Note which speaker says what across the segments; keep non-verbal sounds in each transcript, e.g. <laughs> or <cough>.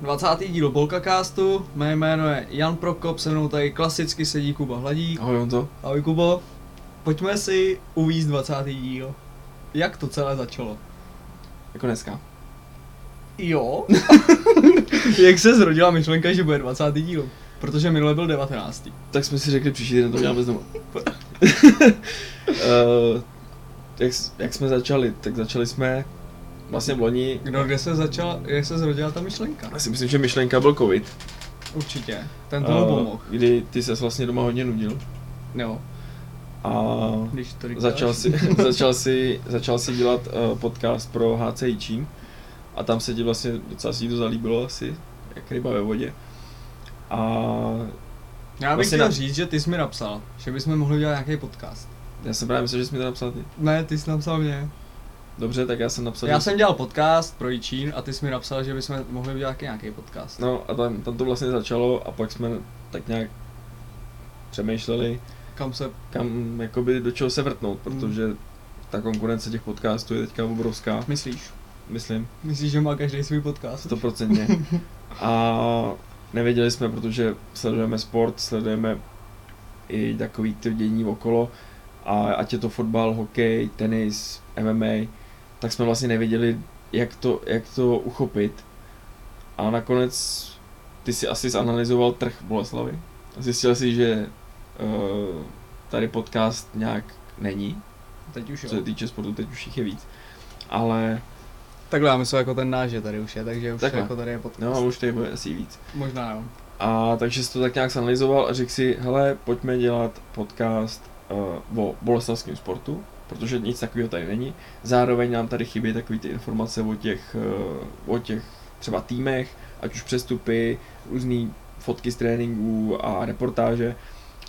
Speaker 1: 20. díl Bolkacastu, mé jméno je Jan Prokop, se mnou tady klasicky sedí Kuba Hladík.
Speaker 2: Ahoj Honzo.
Speaker 1: Ahoj Kubo, pojďme si uvízt 20. díl. Jak to celé začalo?
Speaker 2: Jako dneska.
Speaker 1: Jo. <laughs> Jak se zrodila myšlenka, že bude 20. díl? Protože minule byl 19.
Speaker 2: <laughs> Tak jsme si řekli, příští týden to uděláme znovu. uh, jak, s- jak, jsme začali? Tak začali jsme vlastně v loni.
Speaker 1: Kdo, kde se začala, jak se zrodila ta myšlenka?
Speaker 2: Já si myslím, že myšlenka byl covid.
Speaker 1: Určitě, ten
Speaker 2: Eh,
Speaker 1: tomu pomohl.
Speaker 2: Kdy ty ses vlastně doma hodně nudil.
Speaker 1: Jo,
Speaker 2: A
Speaker 1: když to říkáš.
Speaker 2: začal si,
Speaker 1: <laughs>
Speaker 2: začal si, začal si dělat uh, podcast pro HC Jičín. A tam se ti vlastně docela si ti to zalíbilo asi, jak ryba ve vodě. A
Speaker 1: Já bych
Speaker 2: vlastně
Speaker 1: chtěl
Speaker 2: na-
Speaker 1: říct, že ty jsi mi napsal, že bychom mohli udělat nějaký podcast.
Speaker 2: Já jsem právě myslel, že jsi mi to napsal ty.
Speaker 1: Ne, ty jsi napsal mě.
Speaker 2: Dobře, tak já jsem napsal.
Speaker 1: Já
Speaker 2: že-
Speaker 1: jsem dělal podcast pro Jičín a ty jsi mi napsal, že bychom mohli udělat taky nějaký podcast.
Speaker 2: No a tam, tam to vlastně začalo a pak jsme tak nějak přemýšleli,
Speaker 1: Kam se...
Speaker 2: kam, jakoby, do čeho se vrtnout,
Speaker 1: Mm.
Speaker 2: protože ta konkurence těch podcastů je teďka obrovská,
Speaker 1: Myslíš?
Speaker 2: myslím,
Speaker 1: Myslíš, že má každý svůj podcast?
Speaker 2: stoprocentně. A nevěděli jsme, protože sledujeme sport, sledujeme i takový ty dění okolo, a ať je to fotbal, hokej, tenis, MMA, tak jsme vlastně nevěděli, jak to, jak to uchopit. A nakonec ty si asi zanalizoval trh Boleslavy. Zjistil si, že uh, tady podcast nějak není,
Speaker 1: Teď už jo.
Speaker 2: co se týče sportu, teď už jich je víc. Ale
Speaker 1: Takhle já myslím jako ten náš, že tady už je, takže už
Speaker 2: Takhle.
Speaker 1: jako tady je podcast.
Speaker 2: no, už tady bude asi víc.
Speaker 1: Možná jo.
Speaker 2: A takže jsi to tak nějak zanalizoval a řekl si, hele, pojďme dělat podcast uh, o boleslavském sportu, protože nic takového tady není. Zároveň nám tady chybí takové ty informace o těch, uh, o těch třeba týmech, ať už přestupy, různé fotky z tréninků a reportáže,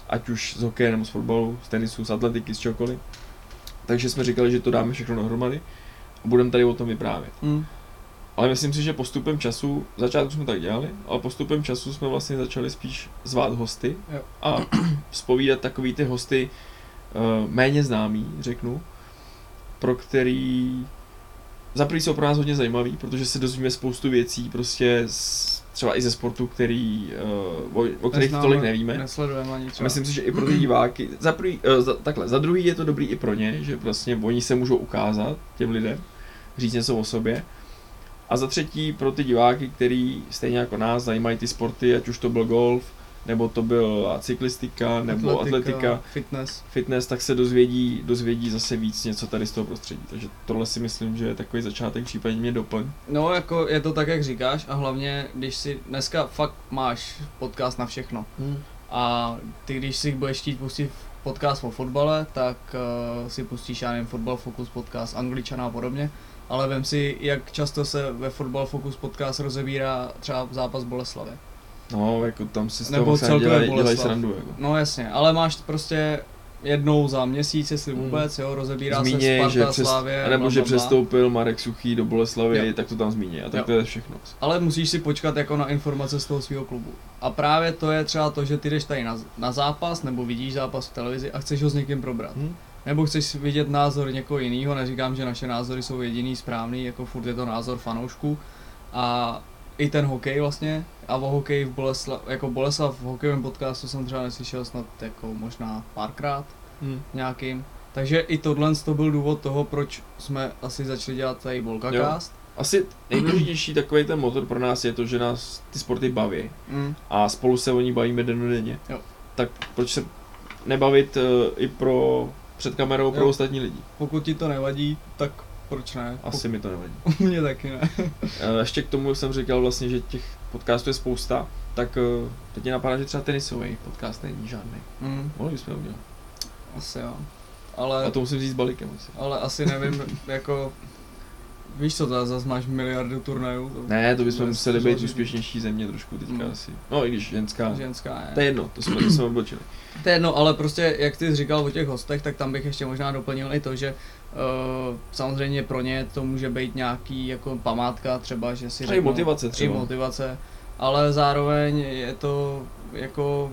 Speaker 2: ať už z hokeje nebo z fotbalu, z tenisu, z atletiky, z čehokoliv. Takže jsme říkali, že to dáme všechno dohromady a budeme tady o tom vyprávět.
Speaker 1: Mm.
Speaker 2: Ale myslím si, že postupem času, v začátku jsme tak dělali, ale postupem času jsme vlastně začali spíš zvát hosty
Speaker 1: Jo.
Speaker 2: a <clears throat> spovídat takový ty hosty uh, méně známý, řeknu, pro který za prvý jsou pro nás hodně zajímavý, protože se dozvíme spoustu věcí, prostě z, třeba i ze sportu, který, uh, o, o kterých tolik nevíme.
Speaker 1: Nesledujeme ani
Speaker 2: A
Speaker 1: třeba.
Speaker 2: myslím si, že i pro ty diváky, za, prvý, eh, za, takhle, za druhý je to dobrý i pro ně, že vlastně oni se můžou ukázat těm lidem, říct něco o sobě. A za třetí pro ty diváky, který stejně jako nás zajímají ty sporty, ať už to byl golf, nebo to byla cyklistika, nebo atletika, atletika
Speaker 1: Fitness.
Speaker 2: fitness, tak se dozvědí, dozvědí zase víc něco tady z toho prostředí. Takže tohle si myslím, že je takový začátek, případně mě doplň.
Speaker 1: No jako je to tak, jak říkáš a hlavně, když si dneska fakt máš podcast na všechno.
Speaker 2: Hmm.
Speaker 1: A ty, když si budeš chtít pustit podcast o fotbale, tak uh, si pustíš, já nevím, Fotbal Focus podcast angličana a podobně. Ale vem si, jak často se ve Fotbal Focus podcast rozebírá třeba zápas Boleslavy.
Speaker 2: No, jako tam si z
Speaker 1: Nebo
Speaker 2: toho fakt
Speaker 1: celkově
Speaker 2: dělají, dělají
Speaker 1: Boleslav.
Speaker 2: srandu. Jako.
Speaker 1: No jasně, ale máš prostě jednou za měsíc, jestli
Speaker 2: Mm.
Speaker 1: vůbec, jo, rozebírá
Speaker 2: Zmíněj,
Speaker 1: se
Speaker 2: že
Speaker 1: Sparta,
Speaker 2: přes,
Speaker 1: Slávě,
Speaker 2: nebo
Speaker 1: bla,
Speaker 2: že
Speaker 1: bla, bla.
Speaker 2: přestoupil Marek Suchý do Boleslavy,
Speaker 1: Jo.
Speaker 2: tak to tam zmíní. A tak
Speaker 1: Jo.
Speaker 2: to je všechno.
Speaker 1: Ale musíš si počkat jako na informace z toho svého klubu. A právě to je třeba to, že ty jdeš tady na, na zápas, nebo vidíš zápas v televizi a chceš ho s někým probrat.
Speaker 2: Hm?
Speaker 1: Nebo chceš vidět názor někoho jiného, neříkám, že naše názory jsou jediný správný, jako furt je to názor fanoušků. A i ten hokej vlastně, a o hokeji v Boleslav, jako Boleslav v hokejovém podcastu jsem třeba neslyšel snad jako možná párkrát
Speaker 2: Hm.
Speaker 1: nějakým. Takže i tohle to byl důvod toho, proč jsme asi začali dělat tady Bolkacast.
Speaker 2: Asi nejdůležitější takový ten motor pro nás je to, že nás ty sporty baví.
Speaker 1: Mm.
Speaker 2: A spolu se o ní bavíme denodenně.
Speaker 1: Jo.
Speaker 2: Tak proč se nebavit uh, i pro před kamerou pro
Speaker 1: Jo.
Speaker 2: ostatní lidi?
Speaker 1: Pokud ti to nevadí, tak proč ne?
Speaker 2: Asi mi to nevadí.
Speaker 1: Pokud mě taky ne.
Speaker 2: Eh, Ještě k tomu jsem říkal vlastně, že těch podcastů je spousta, tak eh, teď mě napadá, že třeba tenisový podcast není žádný.
Speaker 1: Mm.
Speaker 2: Mohli bychom ho udělat.
Speaker 1: Asi jo. Ale...
Speaker 2: A to musím říct s balíkem asi.
Speaker 1: Ale asi nevím, jako... Víš co, to zase máš miliardu turnajů, to
Speaker 2: Ne, to bychom
Speaker 1: To je
Speaker 2: museli být
Speaker 1: složitý.
Speaker 2: úspěšnější země trošku teďka
Speaker 1: Mm.
Speaker 2: asi. No i když ženská.
Speaker 1: ženská je.
Speaker 2: To je jedno, to jsme, to jsme odbočili.
Speaker 1: To je jedno, ale prostě jak ty jsi říkal o těch hostech, tak tam bych ještě možná doplnil i to, že uh, samozřejmě pro ně to může být nějaký jako památka třeba, že si
Speaker 2: A i motivace třeba.
Speaker 1: I motivace, ale zároveň je to jako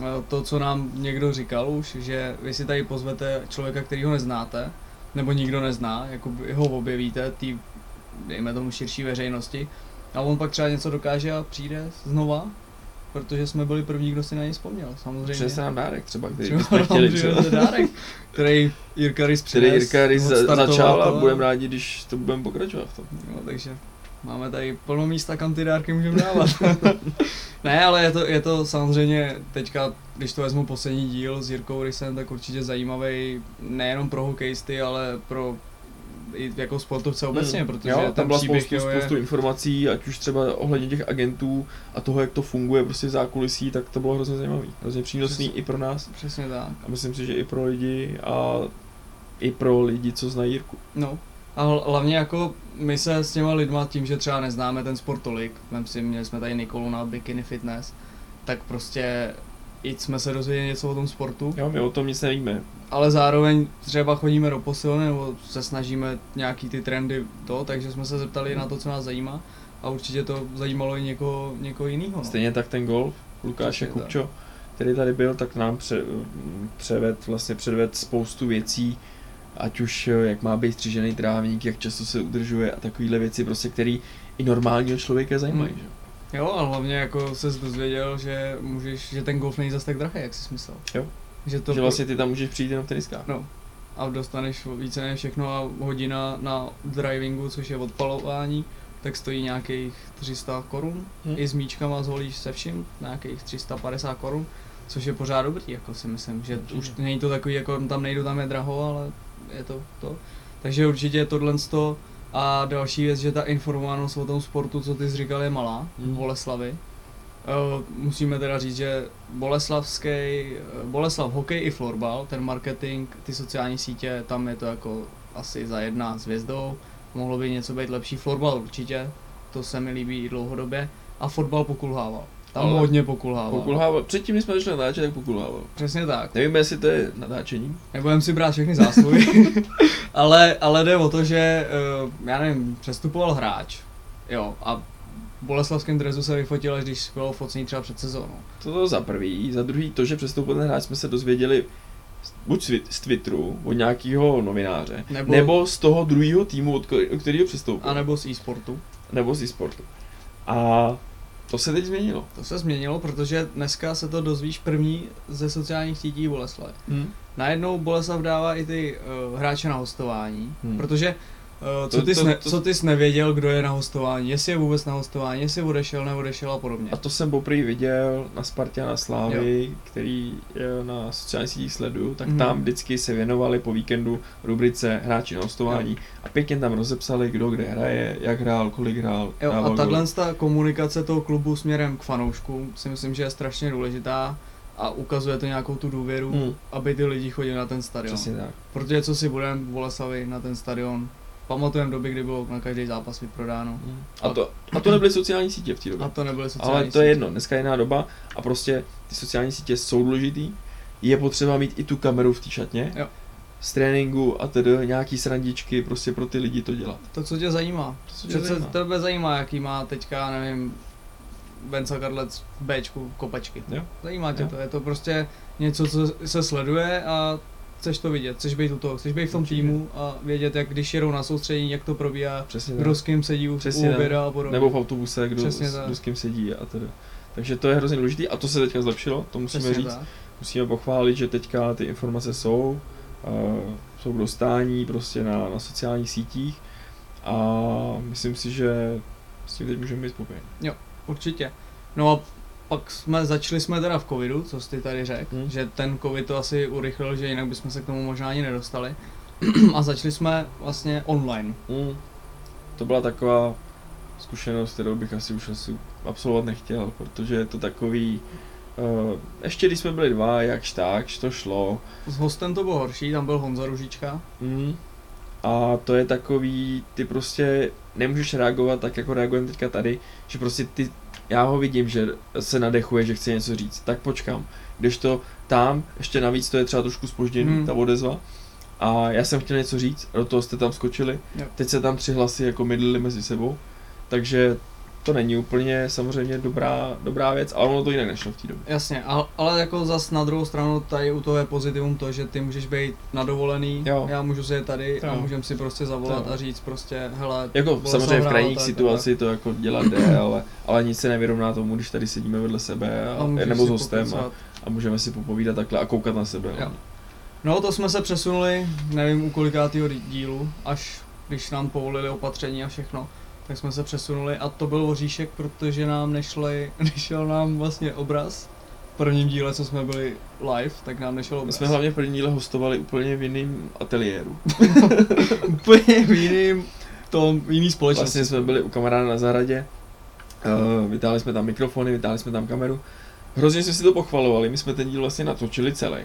Speaker 1: eh, to, co nám někdo říkal už, že vy si tady pozvete člověka, který ho neznáte, nebo nikdo nezná, jako ho objevíte, tý, dejme tomu širší veřejnosti, A on pak třeba něco dokáže a přijde znova, protože jsme byli první, kdo si na něj vzpomněl, samozřejmě.
Speaker 2: Přinese nám dárek třeba, který
Speaker 1: Třeba
Speaker 2: bychom
Speaker 1: nám
Speaker 2: chtěli,
Speaker 1: přiveze
Speaker 2: třeba.
Speaker 1: dárek, který Jirka Rys
Speaker 2: Který
Speaker 1: přines,
Speaker 2: Jirka Rys za-
Speaker 1: odstartoval
Speaker 2: začal a
Speaker 1: to
Speaker 2: budeme rádi, když to budeme pokračovat v tom.
Speaker 1: No, takže máme tady plno místa, kam ty dárky můžeme dávat. <laughs> ne, ale je to, je to samozřejmě teďka, když to vezmu poslední díl s Jirkou Rysem, tak určitě zajímavý nejenom pro hokejisty, ale pro i jako sportovce obecně,
Speaker 2: Hmm.
Speaker 1: protože
Speaker 2: jo,
Speaker 1: ten
Speaker 2: tam byla
Speaker 1: příběh
Speaker 2: spoustu,
Speaker 1: jeho je...
Speaker 2: spoustu informací, ať už třeba ohledně těch agentů a toho, jak to funguje prostě zákulisí, tak to bylo hrozně zajímavý, hrozně přínosný
Speaker 1: Přesně.
Speaker 2: i pro nás
Speaker 1: Přesně tak.
Speaker 2: a myslím si, že i pro lidi a i pro lidi, co znají Jirku.
Speaker 1: No. A hla- hlavně jako my se s těma lidma tím, že třeba neznáme ten sport tolik, vem si, měli jsme tady Nikolu na Bikini Fitness, tak prostě i jsme se dozvěděli něco o tom sportu,
Speaker 2: Jo, my o tom nic nevíme.
Speaker 1: ale zároveň třeba chodíme do posilny nebo se snažíme nějaký ty trendy to, takže jsme se zeptali na to, co nás zajímá a určitě to zajímalo i někoho, někoho jiného. No.
Speaker 2: Stejně tak ten golf, Lukáše
Speaker 1: Přesně tak.
Speaker 2: Kupčo, který tady byl, tak nám pře, mm, převed, vlastně předved spoustu věcí, ať už eh, jak má být střižený trávník, jak často se udržuje a takovéhle věci, prostě, které i normálního člověka zajímají.
Speaker 1: Hmm.
Speaker 2: Že?
Speaker 1: Jo, a hlavně jako se dozvěděl, že můžeš, že ten golf není zas tak drahý, jak jsi myslel.
Speaker 2: Jo.
Speaker 1: Že to
Speaker 2: že vlastně ty tam můžeš přijít jenom v teniskách.
Speaker 1: No. a dostaneš více než všechno a hodina na drivingu, což je odpalování, tak stojí nějakých 300 korun.
Speaker 2: Hm.
Speaker 1: Hmm. I s míčkama zvolíš se vším, nějakých 350 korun, což je pořád dobrý, jako si myslím, že
Speaker 2: Určitě.
Speaker 1: už není to takový, jako tam nejdu, tam je draho, ale je to to. Takže určitě tohle to a další věc, že ta informovanost o tom sportu, co ty jsi říkal, je malá
Speaker 2: Hm.
Speaker 1: v Boleslavy. Eh, musíme teda říct, že Boleslavský, eh, Boleslav hokej i florbal, ten marketing, ty sociální sítě, tam je to jako asi za jedna s hvězdou, mohlo by něco být lepší, florbal určitě, to se mi líbí i dlouhodobě a fotbal pokulhával, tam
Speaker 2: Ale-
Speaker 1: Ale hodně pokulhával.
Speaker 2: Pokulhával. Předtím, než jsme začali natáčet, tak pokulhával.
Speaker 1: Přesně tak.
Speaker 2: Nevíme, jestli to je natáčení.
Speaker 1: Nebudem si brát všechny zásluhy, <laughs> ale, ale jde o to, že, eh, já nevím, přestupoval hráč, jo, a v boleslavském drezu se vyfotil, až když bylo focení třeba před sezónou.
Speaker 2: To to za prvý. Za druhý to, že přestoupil ten hráč, jsme se dozvěděli z- buď z Twit- z Twitteru od nějakého novináře, nebo,
Speaker 1: Nebo-
Speaker 2: nebo z toho druhého týmu, od ko- od kterého přestoupil,
Speaker 1: A nebo z e-sportu.
Speaker 2: nebo z e-sportu. A to se teď změnilo.
Speaker 1: To se změnilo, protože dneska se to dozvíš první ze sociálních sítí Boleslavy.
Speaker 2: Hmm.
Speaker 1: Najednou Boleslav dává i ty uh, hráče na hostování,
Speaker 2: Hmm.
Speaker 1: hmm. protože uh, co,
Speaker 2: To-
Speaker 1: ty
Speaker 2: to-
Speaker 1: to, ne,
Speaker 2: to-
Speaker 1: co ty jsi nevěděl, kdo je na hostování, jestli je vůbec na hostování, jestli odešel, neodešel a podobně.
Speaker 2: A to jsem poprvé viděl na Spartě a na Slávy, který eh, na sociálních sítích sleduju, tak
Speaker 1: Mhm.
Speaker 2: tam vždycky se věnovali po víkendu rubrice hráči na hostování a pěkně tam rozepsali, kdo kde hraje, jak hrál, kolik hrál.
Speaker 1: Jo, a
Speaker 2: dával
Speaker 1: tahle ta komunikace toho klubu směrem k fanouškům si myslím, že je strašně důležitá a ukazuje to nějakou tu důvěru,
Speaker 2: gólů.
Speaker 1: hmm.
Speaker 2: Hm,
Speaker 1: aby ty lidi chodili na ten stadion.
Speaker 2: přesně tak.
Speaker 1: Protože co si budeme v Boleslavi na ten stadion, pamatujeme doby, kdy bylo na každý zápas vyprodáno.
Speaker 2: Hm. A to, a to nebyly sociální sítě v té době.
Speaker 1: Hmm. A to nebyly sociální
Speaker 2: Ale to je
Speaker 1: sítě.
Speaker 2: jedno, dneska je jiná doba a prostě ty sociální sítě jsou důležitý. Je potřeba mít i tu kameru v té šatně,
Speaker 1: Jo.
Speaker 2: z tréninku a tedy nějaký srandičky prostě pro ty lidi to dělat.
Speaker 1: To, co tě zajímá.
Speaker 2: To se tě
Speaker 1: Přece
Speaker 2: zajímá.
Speaker 1: tebe zajímá, jaký má teďka, nevím, Benca Karlec v Bčku kopačky.
Speaker 2: Jo.
Speaker 1: Zajímá tě
Speaker 2: Jo.
Speaker 1: to, je to prostě něco, co se sleduje a chceš to vidět, chceš být u toho, chceš být v tom
Speaker 2: Určitě.
Speaker 1: týmu a vědět, jak když jedou na soustředění, jak to probíhá,
Speaker 2: Přesně tak.
Speaker 1: kdo s kým sedí u,
Speaker 2: Přesně
Speaker 1: u
Speaker 2: tak.
Speaker 1: oběda a podobně.
Speaker 2: Nebo v autobuse, kdo,
Speaker 1: Přesně
Speaker 2: s,
Speaker 1: tak.
Speaker 2: kdo s kým sedí a tedy. Takže to je hrozně důležité a to se teďka zlepšilo, to musíme
Speaker 1: Přesně
Speaker 2: říct.
Speaker 1: tak.
Speaker 2: Musíme pochválit, že teďka ty informace jsou, uh, jsou k dostání prostě na, na sociálních sítích a myslím si, že s tím teď můžeme být spokojeni.
Speaker 1: Určitě. No a pak jsme, začali jsme teda v covidu, co jsi ty tady řekl,
Speaker 2: Hmm.
Speaker 1: hmm. že ten covid to asi urychlil, že jinak bychom se k tomu možná ani nedostali. <clears throat> a začali jsme vlastně online.
Speaker 2: Mm. To byla taková zkušenost, kterou bych asi už asi absolvovat nechtěl, protože je to takový... Uh, ještě když jsme byli dva, jakž tak, to šlo.
Speaker 1: S hostem to bylo horší, tam byl Honza Ružička.
Speaker 2: Mm. A to je takový, ty prostě nemůžeš reagovat tak, jako reagujeme teďka tady, že prostě ty, já ho vidím, že se nadechuje, že chce něco říct, tak počkám. Když to tam, ještě navíc to je třeba trošku spožděný,
Speaker 1: Mm.
Speaker 2: ta odezva. A já jsem chtěl něco říct, do toho jste tam skočili,
Speaker 1: Jo.
Speaker 2: teď se tam tři hlasy jako mydlili mezi sebou, takže to není úplně samozřejmě dobrá, dobrá věc, ale ono to jinak nešlo v té době.
Speaker 1: Jasně, ale, ale jako zas na druhou stranu tady u toho je pozitivum to, že ty můžeš být nadovolený,
Speaker 2: Jo.
Speaker 1: já můžu si je tady
Speaker 2: To
Speaker 1: a
Speaker 2: jo.
Speaker 1: můžem si prostě zavolat
Speaker 2: To jo.
Speaker 1: a říct prostě, hele,
Speaker 2: Jako
Speaker 1: Bylo
Speaker 2: samozřejmě v
Speaker 1: zahrál,
Speaker 2: krajních
Speaker 1: tak,
Speaker 2: situaci to jako
Speaker 1: <coughs>
Speaker 2: dělat jde, ale, ale nic se nevyrovná tomu, když tady sedíme vedle sebe a,
Speaker 1: a můžeš
Speaker 2: nebo s
Speaker 1: si
Speaker 2: hostem a,
Speaker 1: pokecat.
Speaker 2: a, můžeme si popovídat takhle a koukat na sebe. hlavně.
Speaker 1: No to jsme se přesunuli, nevím u kolikátýho dí- dílu, až když nám povolili opatření a všechno, tak jsme se přesunuli a to byl oříšek, protože nám nešli, <laughs> nešel nám vlastně obraz. V prvním díle, co jsme byli live, tak nám nešel
Speaker 2: My
Speaker 1: obraz.
Speaker 2: jsme hlavně v první díle hostovali úplně v jiném ateliéru.
Speaker 1: úplně v jiným, tom, jiný společnosti.
Speaker 2: Vlastně jsme byli u kamaráda na zahradě, eh, vytáhli jsme tam mikrofony, vytáhli jsme tam kameru. Hrozně jsme si to pochvalovali, my jsme ten díl vlastně natočili celý.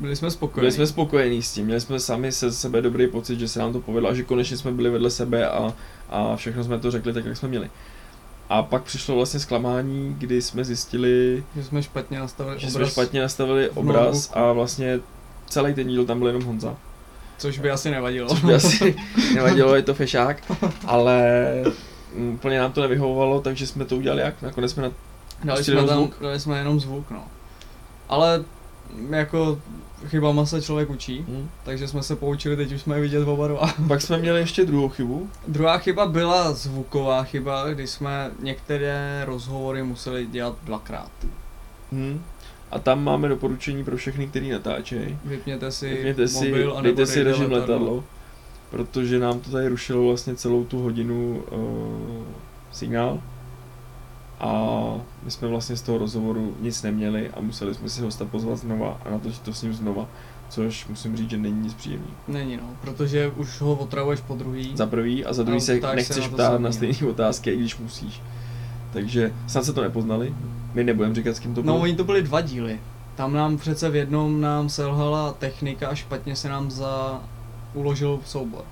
Speaker 1: Byli jsme spokojení.
Speaker 2: Byli jsme spokojení s tím, měli jsme sami se sebe dobrý pocit, že se nám to povedlo a že konečně jsme byli vedle sebe a, a všechno jsme to řekli tak, jak jsme měli. A pak přišlo vlastně zklamání, kdy jsme zjistili,
Speaker 1: Že jsme špatně nastavili
Speaker 2: že jsme
Speaker 1: obraz,
Speaker 2: špatně nastavili
Speaker 1: v
Speaker 2: obraz a vlastně celý ten díl tam byl jenom Honza.
Speaker 1: což by asi nevadilo.
Speaker 2: Což by asi <laughs> nevadilo, je to fešák, ale mm, úplně nám to nevyhovovalo, takže jsme to udělali jak? Nakonec jsme na...
Speaker 1: Dali
Speaker 2: Pustili
Speaker 1: jsme,
Speaker 2: jenom
Speaker 1: tam,
Speaker 2: zvuk?
Speaker 1: dali jsme jenom zvuk, no. Ale m, jako chybama se člověk učí,
Speaker 2: Hm.
Speaker 1: takže jsme se poučili, teď už jsme je vidět oba dva. <laughs>
Speaker 2: Pak jsme měli ještě druhou chybu,
Speaker 1: Druhá chyba byla zvuková chyba, kdy jsme některé rozhovory museli dělat dvakrát.
Speaker 2: hm. a tam máme doporučení pro všechny, kteří natáčejí.
Speaker 1: Vypněte si
Speaker 2: Vypněte si,
Speaker 1: mobil a
Speaker 2: dejte si režim letadlo, protože nám to tady rušilo vlastně celou tu hodinu uh, signál a my jsme vlastně z toho rozhovoru nic neměli a museli jsme si hosta pozvat znova a natočit to s ním znova, což musím říct, že není nic příjemného.
Speaker 1: Není no, protože už ho otravuješ po druhý.
Speaker 2: Za prvý a za
Speaker 1: A
Speaker 2: druhý se
Speaker 1: ptáš se
Speaker 2: nechceš
Speaker 1: na to
Speaker 2: ptát
Speaker 1: samý,
Speaker 2: na
Speaker 1: no.
Speaker 2: stejné otázky, i když musíš. Takže snad se to nepoznali. My nebudeme říkat, s kým to
Speaker 1: No,
Speaker 2: bylo.
Speaker 1: oni to byly dva díly. Tam nám přece v jednom nám selhala technika a špatně se nám za uložil soubor.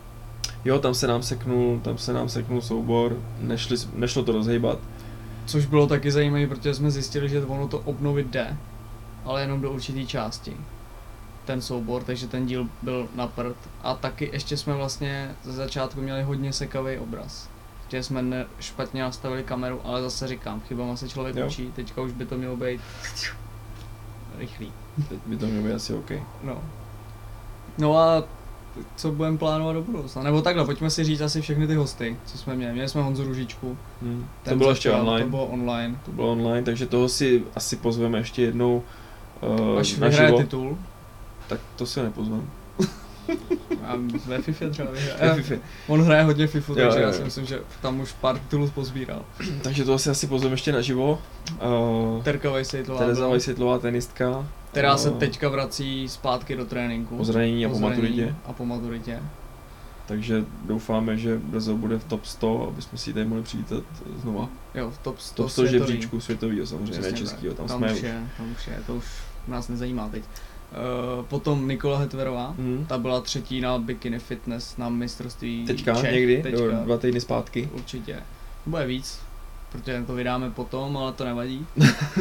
Speaker 2: Jo, tam se nám seknul, tam se nám seknul soubor, nešli, nešlo to rozhejbat.
Speaker 1: Což bylo taky zajímavé, protože jsme zjistili, že ono to obnovit jde, ale jenom do určité části. Ten soubor, takže ten díl byl na prd. A taky ještě jsme vlastně ze začátku měli hodně sekavý obraz. Že jsme ne, špatně nastavili kameru, ale zase říkám, chybama se člověk
Speaker 2: Jo.
Speaker 1: učí, teďka už by to mělo být rychlý.
Speaker 2: Teď by to mělo být asi OK.
Speaker 1: No. No a co budeme plánovat do budoucna? Nebo takhle, pojďme si říct asi všechny ty hosty, co jsme měli. Měli jsme Honzu Ružičku.
Speaker 2: Hm.
Speaker 1: ten
Speaker 2: To bylo ještě
Speaker 1: začal,
Speaker 2: online.
Speaker 1: To bylo online.
Speaker 2: To bylo online, takže toho si asi pozveme ještě jednou uh,
Speaker 1: Až vyhraje
Speaker 2: naživo.
Speaker 1: titul.
Speaker 2: Tak to si ho nepozveme.
Speaker 1: A ve FIFA třeba
Speaker 2: Ve
Speaker 1: vyhraje.
Speaker 2: FIFA.
Speaker 1: On hraje hodně FIFA,
Speaker 2: Jo,
Speaker 1: takže
Speaker 2: jo,
Speaker 1: já
Speaker 2: jo.
Speaker 1: si myslím, že tam už pár titulů pozbíral.
Speaker 2: <laughs> takže toho si asi pozveme ještě naživo. Uh,
Speaker 1: Terka Vejsejtlová,
Speaker 2: Tereza
Speaker 1: byla,
Speaker 2: Vajsvětlová, tenistka.
Speaker 1: která se
Speaker 2: eh,
Speaker 1: teďka vrací zpátky do tréninku.
Speaker 2: po zranění a po
Speaker 1: zranění
Speaker 2: maturitě.
Speaker 1: A po maturitě.
Speaker 2: Takže doufáme, že brzo bude v top 100, aby jsme si ji tady mohli přivítat znova.
Speaker 1: Jo, v top 100
Speaker 2: Top 100
Speaker 1: světový.
Speaker 2: žebříčku světovýho samozřejmě, ne
Speaker 1: Přesně tak.
Speaker 2: českýho, tam,
Speaker 1: tam
Speaker 2: jsme
Speaker 1: už.
Speaker 2: už.
Speaker 1: Je, tam už je, to už nás nezajímá teď. Uh, potom Nikola Hetverová,
Speaker 2: Hmm.
Speaker 1: ta byla třetí na Bikini Fitness na mistrovství
Speaker 2: Teďka
Speaker 1: Čech,
Speaker 2: někdy,
Speaker 1: teďka,
Speaker 2: do dva týdny zpátky.
Speaker 1: Určitě. Bude víc, protože to vydáme potom, ale to
Speaker 2: <laughs>
Speaker 1: nevadí.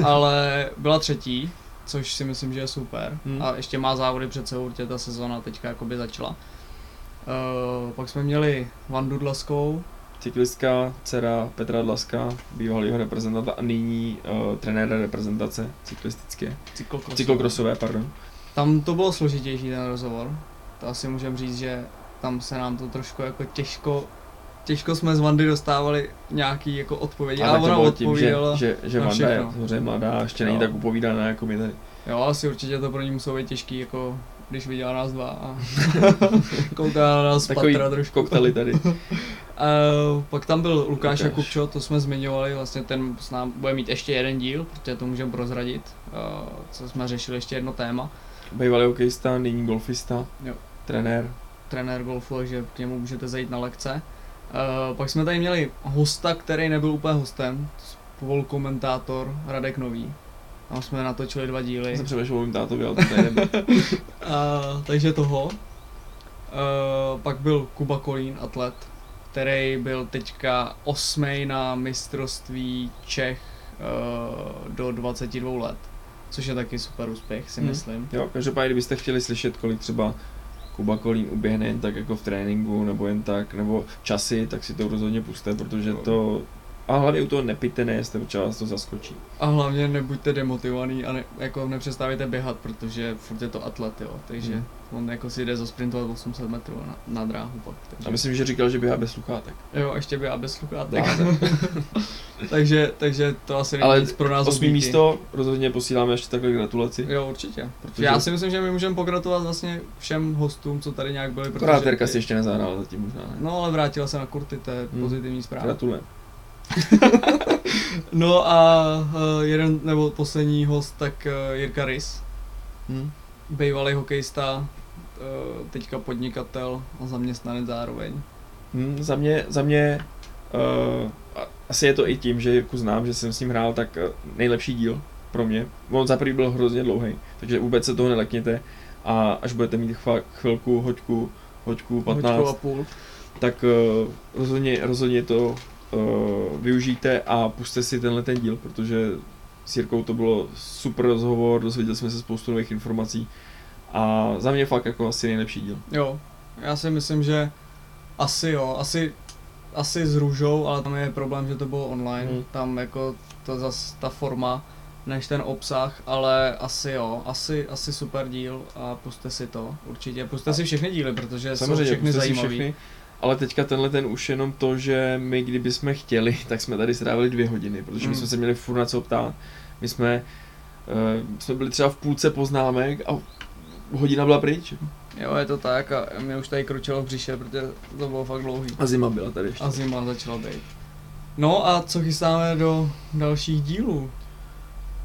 Speaker 1: ale byla třetí, což si myslím, že je super.
Speaker 2: Hmm.
Speaker 1: Hmm. A ještě má závody před sebou, určitě ta sezona teďka jakoby začala. Uh, pak jsme měli Vandu Dlaskou,
Speaker 2: Cyklistka, dcera Petra Dlaska, bývalého reprezentanta a nyní uh, trenéra reprezentace cyklistické.
Speaker 1: Vlastně. cyklokros.
Speaker 2: Cyklokrosové, pardon.
Speaker 1: Tam to bylo složitější ten rozhovor. To asi můžem říct, že tam se nám to trošku jako těžko, těžko jsme z Vandy dostávali nějaký jako odpovědi. A,
Speaker 2: tak to
Speaker 1: ona
Speaker 2: bylo tím, že,
Speaker 1: odpovídala.
Speaker 2: že, že
Speaker 1: na
Speaker 2: Vanda je
Speaker 1: všechno. No.
Speaker 2: samozřejmě mladá a ještě není
Speaker 1: Jo.
Speaker 2: tak upovídaná jako my tady.
Speaker 1: Jo, asi určitě to pro ní muselo být těžký, jako když viděla nás dva
Speaker 2: <laughs>
Speaker 1: a kouká na nás z
Speaker 2: Takový
Speaker 1: patra trošku. <laughs>
Speaker 2: koktely tady.
Speaker 1: A pak tam byl Lukáš
Speaker 2: Lukáš.
Speaker 1: Jakubčo, to jsme zmiňovali, vlastně ten s nám bude mít ještě jeden díl, protože to můžeme prozradit, eh, co jsme řešili ještě jedno téma.
Speaker 2: Bývalý hokejista, nyní golfista,
Speaker 1: Jo.
Speaker 2: trenér.
Speaker 1: trenér golfu, takže k němu můžete zajít na lekce. Uh, pak jsme tady měli hosta, který nebyl úplně hostem, to byl komentátor Radek Nový. Tam jsme natočili dva díly.
Speaker 2: Jsem přemýšlel o mým tátovi, ale to tady nebyl.
Speaker 1: Uh, takže toho. Uh, pak byl Kuba Kolín, atlet, který byl teďka osmý na mistrovství Čech uh, do 22 let. Což je taky super úspěch, si
Speaker 2: Hmm.
Speaker 1: myslím.
Speaker 2: Jo, každopádně, kdybyste chtěli slyšet, kolik třeba Kuba Kolín
Speaker 1: No.
Speaker 2: uběhne jen tak jako v tréninku, nebo jen tak, nebo časy, tak si to rozhodně puste, protože to a hlavně u toho nepijte, nejeste, protože vás to zaskočí.
Speaker 1: A hlavně nebuďte demotivovaný a ne, jako nepřestávejte běhat, protože furt je to atlet, jo. Takže
Speaker 2: Hmm.
Speaker 1: hmm. on jako si jde zasprintovat 800 metrů na, na dráhu pak. Takže,
Speaker 2: A myslím, že říkal, že běhá bez sluchátek.
Speaker 1: Jo, ještě by a bez sluchátek.
Speaker 2: Máte.
Speaker 1: <laughs> takže, takže to asi není
Speaker 2: Ale
Speaker 1: nic pro nás
Speaker 2: <laughs> Osmý
Speaker 1: zbytí.
Speaker 2: místo rozhodně posíláme ještě takhle gratulaci.
Speaker 1: Jo, určitě.
Speaker 2: Protože-
Speaker 1: Protože... Já si myslím, že my můžeme pogratulovat vlastně všem hostům, co tady nějak byli, protože...
Speaker 2: Akorát Terka si ještě nezahrála zatím možná. Ne?
Speaker 1: No, ale vrátila se na kurty, to je
Speaker 2: Hmm.
Speaker 1: pozitivní zpráva.
Speaker 2: Gratulujem.
Speaker 1: No a eh, jeden nebo poslední host, tak eh, Jirka Rys, Hmm.
Speaker 2: Hm?
Speaker 1: bývalý hokejista, eh, teďka podnikatel a zaměstnanec zároveň.
Speaker 2: Hm, za mě, za mě uh, asi je to i tím, že Jirku znám, že jsem s ním hrál, tak eh, nejlepší díl pro mě. On za prvý byl hrozně dlouhý, takže vůbec se toho nelekněte a až budete mít chva- chvilku, hoďku, hoďku, 15,
Speaker 1: Hoďkou a půl.
Speaker 2: tak eh, rozhodně, rozhodně to eh, využijte a puste si tenhle ten díl, protože s Jirkou to bylo super rozhovor, dozvěděli jsme se spoustu nových informací a za mě fakt jako asi nejlepší díl.
Speaker 1: Jo, já si myslím, že asi jo, asi, asi s růžou, ale tam je problém, že to bylo online,
Speaker 2: Mhm.
Speaker 1: hmm. tam jako to zas ta forma, než ten obsah, ale asi jo, asi, asi super díl a puste si to, určitě, puste si všechny díly, protože Samozřejmě, jsou všechny
Speaker 2: puste si
Speaker 1: zajímavé.
Speaker 2: ale teďka tenhle ten už jenom to, že my kdyby jsme chtěli, <laughs> tak jsme tady strávili dvě hodiny, protože my
Speaker 1: Mm.
Speaker 2: jsme se měli furt na co ptát. My jsme, uh, jsme byli třeba v půlce poznámek a hodina byla pryč
Speaker 1: Jo, je to tak a mě už tady kročilo v břiše, protože to bylo fakt dlouhý.
Speaker 2: a zima byla tady ještě.
Speaker 1: A zima začala být. No a co chystáme do dalších dílů?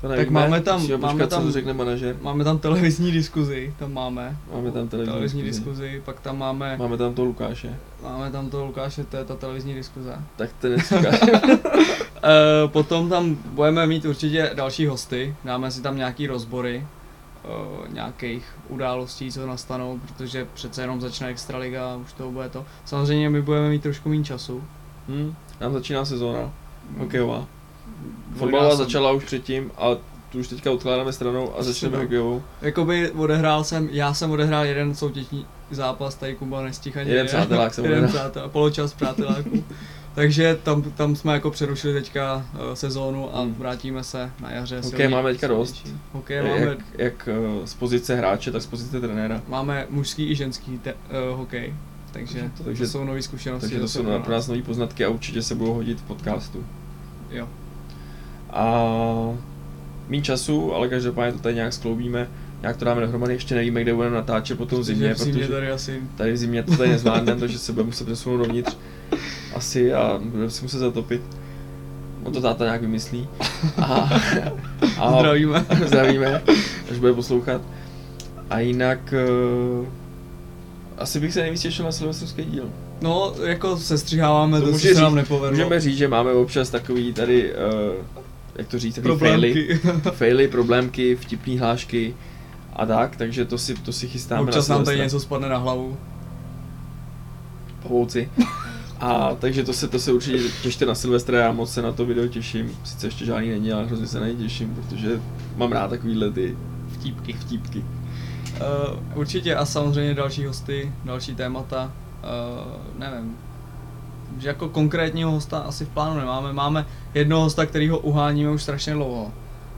Speaker 2: To nevíme,
Speaker 1: máme tam-
Speaker 2: musíme
Speaker 1: máme
Speaker 2: počkat, co
Speaker 1: tam-
Speaker 2: to řekne manažer.
Speaker 1: Máme tam televizní diskuzi, tam máme.
Speaker 2: Máme tam televizní
Speaker 1: televizní
Speaker 2: diskuzi.
Speaker 1: diskuzi, pak tam máme,
Speaker 2: Máme tam to Lukáše,
Speaker 1: máme tam toho Lukáše, to je ta televizní
Speaker 2: <laughs>
Speaker 1: diskuze.
Speaker 2: tak ten je
Speaker 1: <laughs>
Speaker 2: Lukáš.
Speaker 1: E, potom tam budeme mít určitě další hosty, dáme si tam nějaký rozbory e, nějakých událostí, co nastanou, protože přece jenom začne Extraliga a už to bude to. Samozřejmě my budeme mít trošku méně času.
Speaker 2: Hm, nám začíná sezóna,
Speaker 1: No.
Speaker 2: hokejová.
Speaker 1: Dvojnásob-
Speaker 2: Fotbalová začala už předtím a tu už teďka odkládáme stranou a začneme
Speaker 1: Super.
Speaker 2: hokejovou.
Speaker 1: Jakoby odehrál jsem, já jsem odehrál jeden soutěžní zápas, tady Kuba nestihl ani
Speaker 2: Jeden přátelák
Speaker 1: <laughs>
Speaker 2: jsem
Speaker 1: jeden
Speaker 2: odehrál.
Speaker 1: přátel, poločas
Speaker 2: <laughs>
Speaker 1: přáteláků. Takže tam, tam jsme jako přerušili teďka eh, sezónu a
Speaker 2: Hmm.
Speaker 1: vrátíme se na jaře.
Speaker 2: Hokej
Speaker 1: silní-
Speaker 2: máme teďka dost.
Speaker 1: silnější. Hokej máme,
Speaker 2: Jak, jak eh, z pozice hráče, tak z pozice trenéra.
Speaker 1: máme mužský i ženský te, uh, hokej, takže,
Speaker 2: Takže-
Speaker 1: takže to jsou nové zkušenosti.
Speaker 2: Takže to jsou na- pro nás nové poznatky a určitě se budou hodit v podcastu.
Speaker 1: Jo,
Speaker 2: A mín času, ale každopádně to tady nějak skloubíme, nějak to dáme dohromady, ještě nevíme, kde budeme natáčet potom v zimě,
Speaker 1: v zimě
Speaker 2: protože
Speaker 1: tady asi
Speaker 2: tady v zimě to tady nezvládneme, <laughs> takže se budeme muset přesunout dovnitř asi a budeme si muset zatopit. On to táta nějak vymyslí.
Speaker 1: <laughs>
Speaker 2: A,
Speaker 1: a... zdravíme.
Speaker 2: <laughs> Zdravíme, až bude poslouchat. A jinak... eh, asi bych se nejvíc těšil na silvestrovský díl.
Speaker 1: No, jako sestřiháváme,
Speaker 2: To
Speaker 1: to, to
Speaker 2: může
Speaker 1: co se
Speaker 2: říct-
Speaker 1: nám nepovedlo.
Speaker 2: Můžeme říct, že máme občas takový tady, uh, jak to říct, takový faily,
Speaker 1: Problémky. <laughs>
Speaker 2: faily, problémky, vtipný hlášky a tak, takže to si, to si chystáme
Speaker 1: Občas
Speaker 2: na
Speaker 1: nám tady
Speaker 2: Silvestra.
Speaker 1: něco spadne na hlavu.
Speaker 2: pavouci. A
Speaker 1: <laughs>
Speaker 2: takže to se, to se určitě těšte na Silvestra, já moc se na to video těším, sice ještě žádný není, ale hrozně se na něj těším, protože mám rád takovýhle ty
Speaker 1: Vtípky.
Speaker 2: vtípky.
Speaker 1: Uh, určitě a samozřejmě další hosty, další témata, uh, nevím, že jako konkrétního hosta asi v plánu nemáme, máme jednoho hosta, kterýho uháníme už strašně dlouho,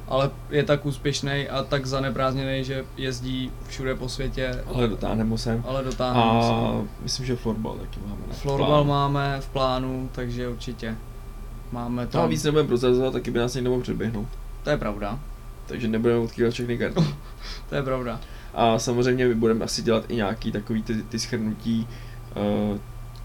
Speaker 1: ale je tak úspěšný a tak zaneprázdněný, že jezdí všude po světě,
Speaker 2: Ale dotáhneme ho sem.
Speaker 1: ale dotáhneme
Speaker 2: A
Speaker 1: se.
Speaker 2: myslím, že florbal taky máme. ne?
Speaker 1: Florbal máme v plánu, takže určitě máme
Speaker 2: To No a
Speaker 1: to,
Speaker 2: víc nebudeme prozrazovat, taky by nás někdo mohl předběhnout.
Speaker 1: to je pravda, <laughs>
Speaker 2: Takže nebudeme odkývat všechny karty.
Speaker 1: to je pravda,
Speaker 2: A samozřejmě my budeme asi dělat i nějaký takový ty, ty schrnutí, uh,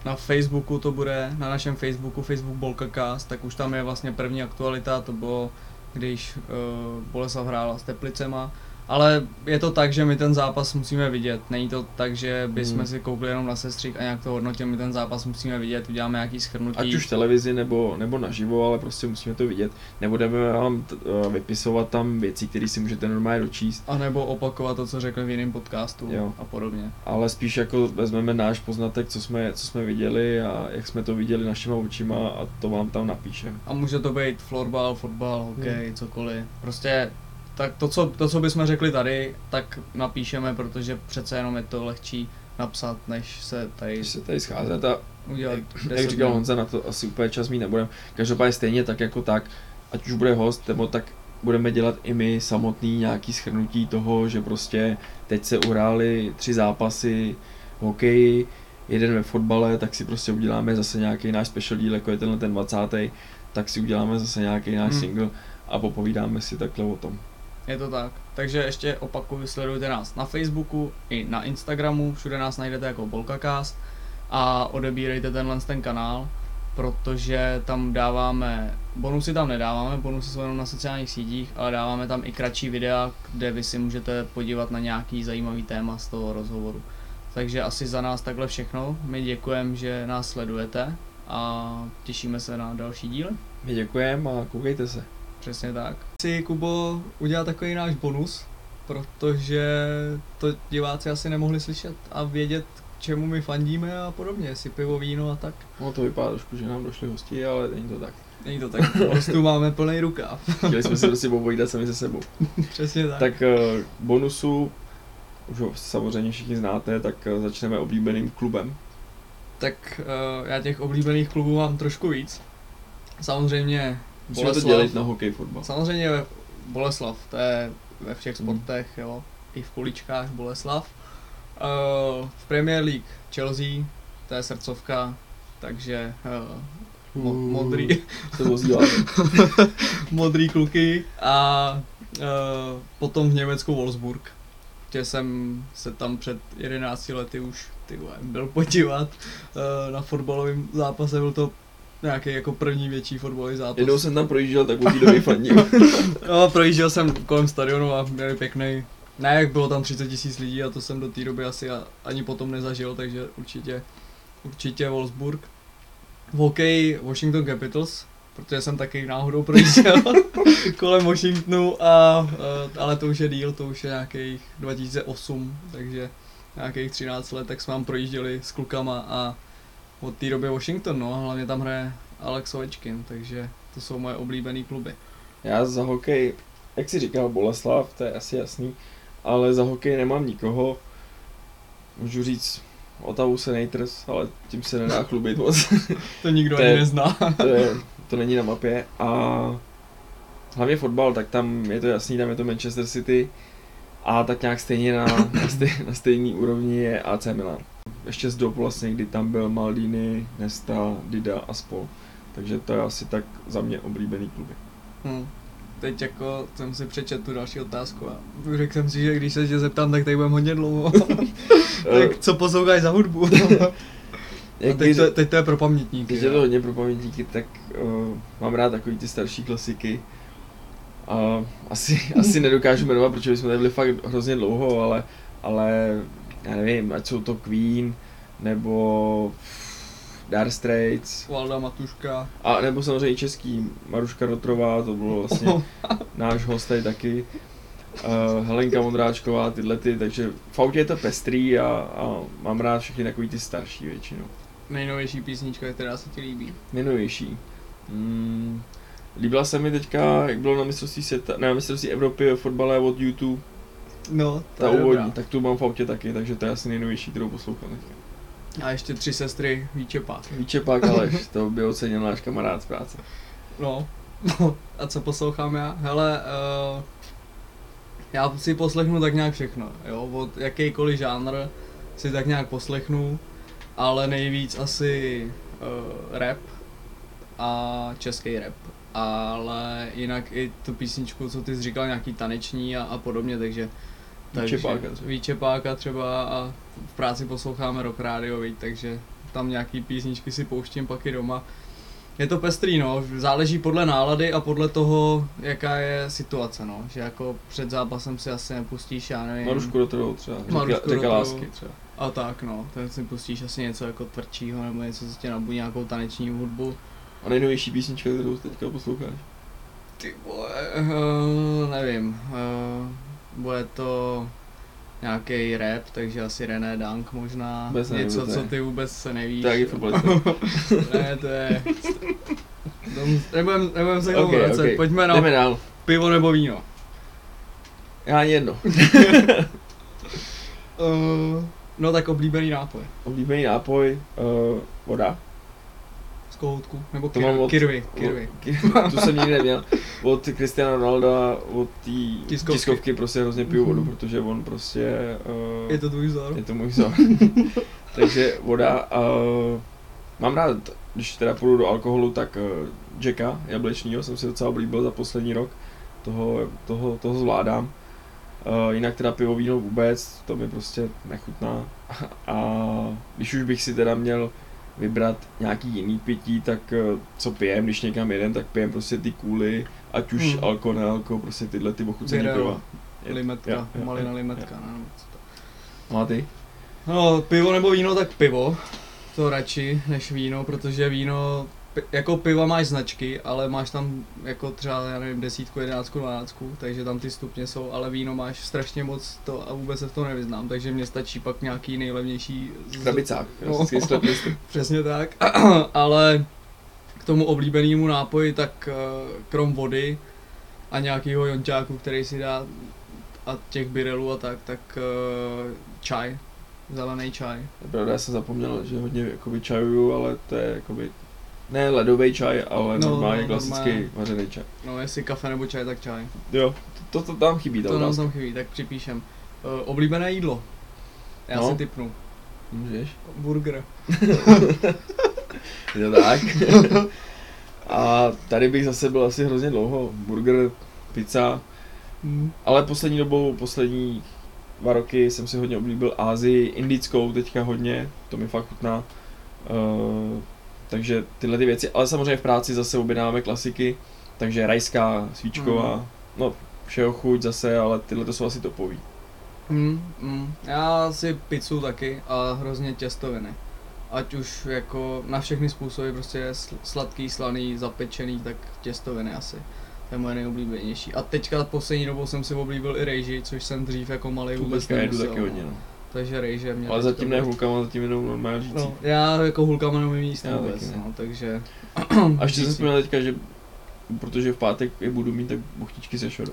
Speaker 1: na Facebooku to bude, na našem Facebooku, Facebook Bolkacast, tak už tam je vlastně první aktualita, to bylo, když uh, Boleslav hrála s Teplicema, ale je to tak, že my ten zápas musíme vidět, není to tak, že bychom
Speaker 2: Hmm.
Speaker 1: si koukli jenom na sestřík a nějak to hodnotili, my ten zápas musíme vidět, uděláme nějaký schrnutí.
Speaker 2: ať už v televizi nebo, nebo naživo, ale prostě musíme to vidět. Nebudeme vám t, uh, vypisovat tam věci, které si můžete normálně dočíst,
Speaker 1: a nebo opakovat to, co řekl v jiném podcastu
Speaker 2: Jo.
Speaker 1: a podobně.
Speaker 2: ale spíš jako vezmeme náš poznatek, co jsme, co jsme viděli a jak jsme to viděli našima očima a to vám tam napíšeme.
Speaker 1: A může to být florbal, fotbal, hokej, cokoliv. Prostě tak to co, to, co bychom řekli tady, tak napíšeme, protože přece jenom je to lehčí napsat, než se tady...
Speaker 2: Když se tady scházet a
Speaker 1: udělat
Speaker 2: Jak
Speaker 1: 10
Speaker 2: říkal
Speaker 1: minut.
Speaker 2: Honza, na to asi úplně čas mít nebudeme. Každopádně stejně tak jako tak, ať už bude host, nebo tak budeme dělat i my samotný nějaký schrnutí toho, že prostě teď se uhrály tři zápasy v hokeji, jeden ve fotbale, tak si prostě uděláme zase nějaký náš special díl, jako je tenhle ten 20. tak si uděláme zase nějaký náš
Speaker 1: Hmm.
Speaker 2: single a popovídáme si takhle o tom.
Speaker 1: Je to tak. Takže ještě opakuju, sledujte nás na Facebooku i na Instagramu, všude nás najdete jako Bolkacast a odebírejte tenhle ten kanál, protože tam dáváme, bonusy tam nedáváme, bonusy jsou jenom na sociálních sítích, ale dáváme tam i kratší videa, kde vy si můžete podívat na nějaký zajímavý téma z toho rozhovoru. Takže asi za nás takhle všechno. My děkujeme, že nás sledujete a těšíme se na další díly.
Speaker 2: My děkujeme a koukejte se.
Speaker 1: Přesně tak. Chci, Kubo, udělat takový náš bonus, protože to diváci asi nemohli slyšet a vědět, čemu my fandíme a podobně, jestli pivo, víno a tak.
Speaker 2: No to vypadá trošku, že nám došli hosti, ale není to tak.
Speaker 1: Není <laughs> to tak, hostů Prostě máme plný rukáv. <laughs>
Speaker 2: Chtěli jsme si prostě popovídat sami se sebou.
Speaker 1: Přesně tak.
Speaker 2: Tak eh, bonusu, už ho samozřejmě všichni znáte, tak eh, začneme oblíbeným klubem.
Speaker 1: tak eh, já těch oblíbených klubů mám trošku víc. Samozřejmě
Speaker 2: Musíme to
Speaker 1: Boleslav.
Speaker 2: dělit na hokej fotbal.
Speaker 1: Samozřejmě ve- Boleslav, to je ve všech sportech, jo. I v kuličkách Boleslav. Eh, V Premier League Chelsea, to je srdcovka, takže eh, mo-
Speaker 2: Uh.
Speaker 1: modrý, <laughs>
Speaker 2: To <laughs> bylo zdělat.
Speaker 1: modrý kluky a eh, potom v Německu Wolfsburg, kde jsem se tam před 11 lety už ty vole, byl podívat eh, na fotbalovém zápase, byl to nějaký jako první větší fotbalový zápas.
Speaker 2: Jednou jsem tam projížděl, tak už doby fandím.
Speaker 1: No, projížděl jsem kolem stadionu a měli pěkný. Ne, jak bylo tam 30 tisíc lidí a to jsem do té doby asi a- ani potom nezažil, takže určitě, určitě Wolfsburg. V hokeji Washington Capitals, protože jsem taky náhodou projížděl <laughs> kolem Washingtonu, a, eh, ale to už je díl, to už je nějakých 2008, takže nějakých 13 let, tak jsme tam projížděli s klukama a od té doby Washington, no, a hlavně tam hraje Alex Ovečkin, takže to jsou moje oblíbené kluby.
Speaker 2: <laughs> Já za hokej, jak si říkal Boleslav, to je asi jasný, ale za hokej nemám nikoho. Můžu říct, Otavu se Senators, ale tím se nedá chlubit moc.
Speaker 1: To nikdo
Speaker 2: To
Speaker 1: ani
Speaker 2: je-
Speaker 1: nezná.
Speaker 2: to, je, to není na mapě a hlavně fotbal, tak tam je to jasný, tam je to Manchester City a tak nějak stejně na, na, stej, na stejný úrovni je AC Milan. Ještě z dob vlastně, kdy tam byl Maldini, Nesta, Dida a spol. Takže to je asi tak za mě oblíbený kluby.
Speaker 1: Hm. Teď jako jsem si přečet tu další otázku a řekl jsem si, že když se tě zeptám, tak tady budeme hodně <laughs> dlouho. tak co posloucháš za <laughs> hudbu?
Speaker 2: Eh,
Speaker 1: a
Speaker 2: jak když,
Speaker 1: teď, to, teď to je pro pamětníky.
Speaker 2: když je to
Speaker 1: jo.
Speaker 2: hodně pro pamětníky, tak uh, mám rád takový ty starší klasiky. A asi, asi nedokážu jmenovat, protože bychom tady byli fakt hrozně dlouho, ale, ale já nevím, ať jsou to Queen, nebo Dire Straits,
Speaker 1: Valda Matuška.
Speaker 2: a nebo samozřejmě i český, Maruška Rotrová, to bylo vlastně náš host tady taky, uh, Helenka Vondráčková, tyhle ty, takže v autě je to pestrý a, a mám rád všechny takový ty starší většinou.
Speaker 1: Nejnovější písnička, která se ti líbí.
Speaker 2: Nejnovější. Mm, líbila se mi teďka, jak bylo na mistrovství světa, ne, na mistrovství Evropy ve fotbale od YouTube,
Speaker 1: No, to
Speaker 2: ta
Speaker 1: je
Speaker 2: úvodní,
Speaker 1: dobrá.
Speaker 2: tak tu mám v autě taky, takže to je asi nejnovější, kterou poslouchám teďka.
Speaker 1: A ještě tři sestry Víčepák.
Speaker 2: Výčepák Aleš, <laughs> to by ocenil náš kamarád z práce.
Speaker 1: No. <laughs> a co poslouchám já? Hele, uh, já si poslechnu tak nějak všechno, jo, od jakýkoliv žánr si tak nějak poslechnu, ale nejvíc asi uh, rap a český rap. Ale jinak i tu písničku, co ty jsi říkal, nějaký taneční a, a podobně, takže...
Speaker 2: Výčepáka třeba.
Speaker 1: Výčepáka třeba a v práci posloucháme rock rádio, viď, takže tam nějaký písničky si pouštím pak i doma. Je to pestrý, no, záleží podle nálady a podle toho, jaká je situace, no, že jako před zápasem si asi nepustíš, já nevím.
Speaker 2: Mm. Marušku Rotrovou třeba, řeka,
Speaker 1: Marušku
Speaker 2: řeka
Speaker 1: Rotrovou.
Speaker 2: lásky třeba.
Speaker 1: A tak, no, ten si pustíš asi něco jako tvrdšího nebo něco, co tě nabudí nějakou taneční hudbu.
Speaker 2: A nejnovější písnička, kterou teďka posloucháš.
Speaker 1: Ty vole, uh, nevím, uh, bude to nějaký rap, takže asi René Dank možná,
Speaker 2: Vůbec nevím,
Speaker 1: něco,
Speaker 2: kdo to
Speaker 1: co
Speaker 2: je.
Speaker 1: ty vůbec se nevíš.
Speaker 2: To je jaký fotbalista.
Speaker 1: <laughs> ne, to je... Dom- Nebudem, nebudem se k tomu
Speaker 2: Ok,
Speaker 1: vracet,
Speaker 2: ok.
Speaker 1: pojďme na
Speaker 2: Jdeme dál.
Speaker 1: pivo nebo víno.
Speaker 2: Já ani jedno. Eh,
Speaker 1: Uh, No tak oblíbený nápoj.
Speaker 2: Oblíbený nápoj, uh, voda.
Speaker 1: Z kohoutku. Nebo
Speaker 2: To mám
Speaker 1: kir-
Speaker 2: od-
Speaker 1: kirvy. Kirvy.
Speaker 2: Od- tu jsem nikdy neměl. Od Cristiano Ronalda, od té
Speaker 1: Tiskovky.
Speaker 2: tiskovky. prostě hrozně piju vodu,
Speaker 1: Mhm.
Speaker 2: protože on prostě... Uh,
Speaker 1: Je to tvůj vzor?
Speaker 2: je to můj
Speaker 1: <laughs>
Speaker 2: vzor. Takže voda. Uh, mám rád, když teda půjdu do alkoholu, tak uh, Jacka jablečního jsem si docela oblíbil za poslední rok. Toho, toho, toho zvládám. Uh, jinak teda pivo víno vůbec, to mi prostě nechutná. A když už bych si teda měl vybrat nějaký jiný pití, tak eh, co pijem, když někam jedem, tak pijem prostě ty kůly, ať už
Speaker 1: Hmm.
Speaker 2: hmm. alko, nealko, prostě tyhle ty ochucený
Speaker 1: Birel.
Speaker 2: piva. Je-
Speaker 1: Limetka,
Speaker 2: jo, jo,
Speaker 1: malina
Speaker 2: jo,
Speaker 1: limetka.
Speaker 2: jo.
Speaker 1: No, co to-
Speaker 2: No a ty?
Speaker 1: no, pivo nebo víno, tak pivo. To radši než víno, protože víno, pi- jako piva máš značky, ale máš tam jako třeba, já nevím, desítku, jedenáctku, dvanáctku, takže tam ty stupně jsou, ale víno máš strašně moc to a vůbec se v tom nevyznám, takže mě stačí pak nějaký nejlevnější z-
Speaker 2: Krabicák.
Speaker 1: No.
Speaker 2: No. Sleplisty.
Speaker 1: Přesně tak, <clears throat> ale k tomu oblíbenému nápoji, tak eh, krom vody a nějakého jonťáku, který si dá a těch birelů a tak, tak eh, čaj, zelený čaj.
Speaker 2: Je Pravda, já jsem zapomněl, že hodně jakoby čajuju, ale to je jakoby ne ledový čaj,
Speaker 1: No,
Speaker 2: ale no,
Speaker 1: no,
Speaker 2: normálně no, klasický
Speaker 1: normálně.
Speaker 2: vařený čaj.
Speaker 1: No jestli kafe nebo čaj, tak čaj.
Speaker 2: Jo, to, to tam chybí, ta
Speaker 1: To nám
Speaker 2: otázka.
Speaker 1: tam chybí, tak připíšem. Eh, Oblíbené jídlo. Já
Speaker 2: No.
Speaker 1: si typnu.
Speaker 2: Můžeš?
Speaker 1: Burger.
Speaker 2: Je to
Speaker 1: <laughs>
Speaker 2: tak. A tady bych zase byl asi hrozně dlouho. Burger, pizza,
Speaker 1: Hm.
Speaker 2: ale poslední dobou, poslední dva roky jsem si hodně oblíbil Ázii, indickou teďka hodně, to mi fakt chutná. Uh, takže tyhle ty věci, ale samozřejmě v práci zase objednáváme klasiky, takže rajská, svíčková,
Speaker 1: Mhm.
Speaker 2: no všeho chuť zase, ale tyhle to jsou asi topový.
Speaker 1: Mm, mm. Já si pizzu taky a hrozně těstoviny. Ať už jako na všechny způsoby, prostě sl- sladký, slaný, zapečený, tak těstoviny asi. To je moje nejoblíbenější. A teďka poslední dobou jsem si oblíbil i rejži, což jsem dřív jako malý
Speaker 2: Tu
Speaker 1: vůbec
Speaker 2: teďka jedu
Speaker 1: nemusel.
Speaker 2: taky hodně,
Speaker 1: no.
Speaker 2: no.
Speaker 1: Takže rejže mě
Speaker 2: Ale
Speaker 1: teďka
Speaker 2: zatím ne
Speaker 1: vůbec-
Speaker 2: hulkama, zatím jenom normální řící.
Speaker 1: No, já jako hulkama neumím jíst
Speaker 2: Já
Speaker 1: vůbec,
Speaker 2: taky ne.
Speaker 1: no, takže...
Speaker 2: A ještě jsem
Speaker 1: řící.
Speaker 2: vzpomněl teďka, že protože v pátek je budu mít, tak buchtičky se šodou.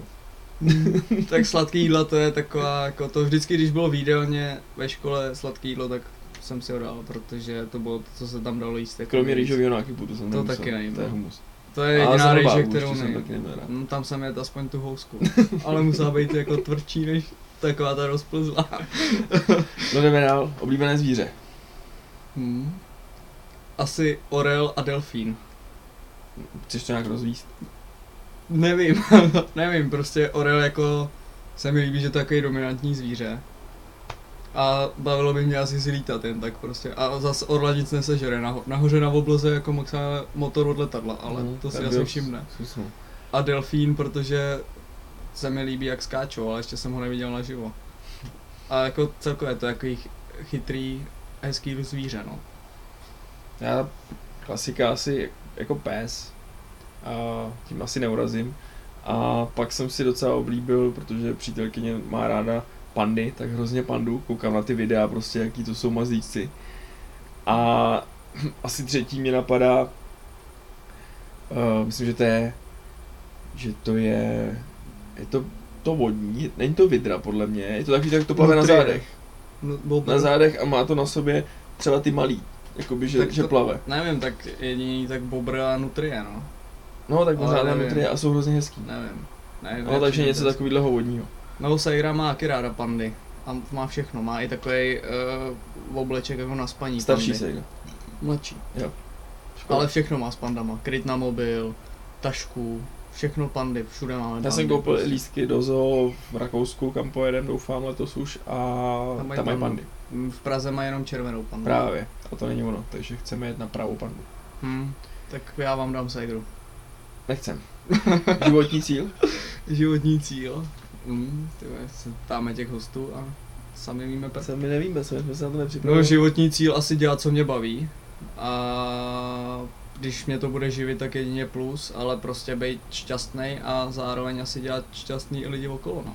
Speaker 1: tak sladký jídla to je taková, jako to vždycky, když bylo v jídelně ve škole sladký jídlo, tak jsem si ho dal, protože to bylo to, co se tam dalo jíst. jako
Speaker 2: Kromě
Speaker 1: víc.
Speaker 2: rýžového nákypu, to jsem
Speaker 1: To
Speaker 2: nemusel,
Speaker 1: taky nejím,
Speaker 2: To je
Speaker 1: no.
Speaker 2: humus.
Speaker 1: To je
Speaker 2: Ale
Speaker 1: jediná
Speaker 2: jsem
Speaker 1: rejže,
Speaker 2: obávu,
Speaker 1: kterou
Speaker 2: ještě jsem
Speaker 1: nejím.
Speaker 2: taky neměl rád.
Speaker 1: No, tam jsem jet aspoň tu housku, ale musela být jako tvrdší než taková ta rozplzlá.
Speaker 2: No jdeme dál, oblíbené zvíře.
Speaker 1: Hmm. Asi orel a delfín.
Speaker 2: Chceš to nějak rozvíst?
Speaker 1: Nevím, <laughs> nevím, prostě orel jako se mi líbí, že to je takový dominantní zvíře. A bavilo by mě asi si lítat jen tak prostě. A zas orla nic nesežere, naho- nahoře na obloze jako maximálně motor od letadla, ale
Speaker 2: No,
Speaker 1: to si
Speaker 2: tak
Speaker 1: asi
Speaker 2: jo,
Speaker 1: všimne.
Speaker 2: zkusnu.
Speaker 1: A delfín, protože se mi líbí, jak skáčou, ale ještě jsem ho neviděl naživo. A jako celkově to je takový ch- chytrý, hezký zvíře, no.
Speaker 2: Já klasika asi jako pes. A tím asi neurazím. A pak jsem si docela oblíbil, protože přítelkyně má ráda pandy, tak hrozně pandu. Koukám na ty videa prostě, jaký to jsou mazlíčci. A <clears throat> asi třetí mě napadá, uh, myslím, že to je, že to je, je to, to vodní, není to vidra podle mě, je to takový, tak to plave na
Speaker 1: Nutrie.
Speaker 2: zádech.
Speaker 1: no bylo
Speaker 2: na zádech a má to na sobě třeba ty malý, jakoby, že,
Speaker 1: Tak
Speaker 2: že
Speaker 1: to-
Speaker 2: plave.
Speaker 1: Nevím, tak jediný tak bobr a nutrie, no.
Speaker 2: No, tak na
Speaker 1: Ale
Speaker 2: zádech
Speaker 1: nevím.
Speaker 2: nutrie a jsou hrozně hezký.
Speaker 1: Nevím. nevím
Speaker 2: No, takže
Speaker 1: nepřijde
Speaker 2: něco
Speaker 1: to-
Speaker 2: takového vodního.
Speaker 1: No, Segra má taky ráda pandy. A má všechno, má i takový uh, obleček jako na spaní.
Speaker 2: Starší
Speaker 1: pandy.
Speaker 2: se jde.
Speaker 1: Mladší.
Speaker 2: Škoda.
Speaker 1: Ale všechno má s pandama. Kryt na mobil, tašku, všechno pandy, všude máme
Speaker 2: já jsem
Speaker 1: pandy,
Speaker 2: koupil
Speaker 1: prostě.
Speaker 2: lístky do zoo v Rakousku, kam pojedem, doufám, letos už a
Speaker 1: mají
Speaker 2: tam mají, tam mají
Speaker 1: pandu.
Speaker 2: pandy.
Speaker 1: Mm, V Praze má jenom červenou pandu.
Speaker 2: Právě. A to není ono, takže chceme jet na pravou pandu.
Speaker 1: Hm, tak já vám dám Segru. <laughs>
Speaker 2: Nechcem. Životní cíl?
Speaker 1: Životní cíl. Hm, ty vole, se ptáme těch hostů a sami víme pes.
Speaker 2: Se my nevíme, jsme, jsme se na to
Speaker 1: No,
Speaker 2: nepřipravili.
Speaker 1: životní cíl asi dělat, co mě baví. A když mě to bude živit, tak jedině plus, ale prostě být šťastný a zároveň asi dělat šťastný i lidi okolo. No.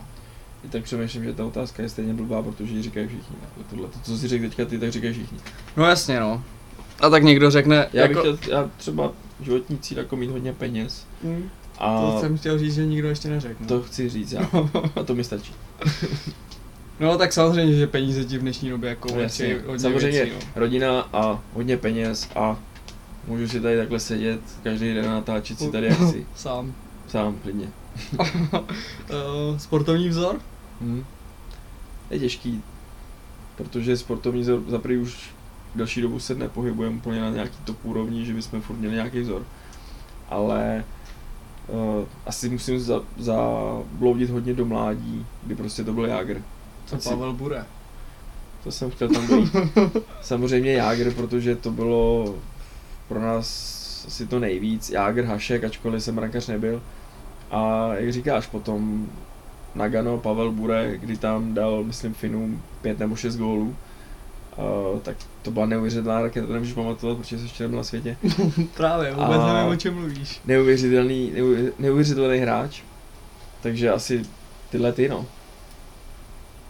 Speaker 2: I tak přemýšlím, že ta otázka je stejně blbá, protože ji říkají všichni. Jako Tohle, to, co si řekl teďka ty, tak říkají všichni.
Speaker 1: no jasně, no. A tak někdo řekne,
Speaker 2: Já
Speaker 1: jako...
Speaker 2: bych chtěl, já třeba životní cíl jako mít hodně peněz.
Speaker 1: Hm,
Speaker 2: A
Speaker 1: to jsem chtěl říct, že nikdo ještě neřekl. no.
Speaker 2: To chci říct já. A to mi stačí.
Speaker 1: <laughs> No tak samozřejmě, že peníze ti v dnešní době jako
Speaker 2: No, jasně.
Speaker 1: ulečí hodně
Speaker 2: Samozřejmě.
Speaker 1: věcí, no.
Speaker 2: Rodina a hodně peněz a můžu si tady takhle sedět každý den a natáčet si tady, jak si
Speaker 1: Sám.
Speaker 2: sám klidně.
Speaker 1: Eh, sportovní vzor?
Speaker 2: Hmm. Je těžký, protože sportovní vzor za prvý už další dobu se nepohybujeme úplně na nějaký top úrovni, že bychom furt měli nějaký vzor. Ale uh, asi musím za, zabloudit hodně do mládí, kdy prostě to byl Jágr.
Speaker 1: Co
Speaker 2: Asi-
Speaker 1: Pavel Bure?
Speaker 2: To jsem chtěl tam dojít. <laughs> Samozřejmě Jágr, protože to bylo pro nás asi to nejvíc. Jágr, Hašek, ačkoliv jsem rankař nebyl. A jak říkáš, potom Nagano, Pavel Bure, kdy tam dal, myslím, Finům pět nebo šest gólů. Uh, tak to byla neuvěřitelná raketa, to nemůžu pamatovat, protože jsi ještě nebyl na světě.
Speaker 1: Právě, vůbec
Speaker 2: A-
Speaker 1: nevím, o čem mluvíš.
Speaker 2: Neuvěřitelný, neuvěř- neuvěřitelný hráč. Takže asi tyhle ty, no.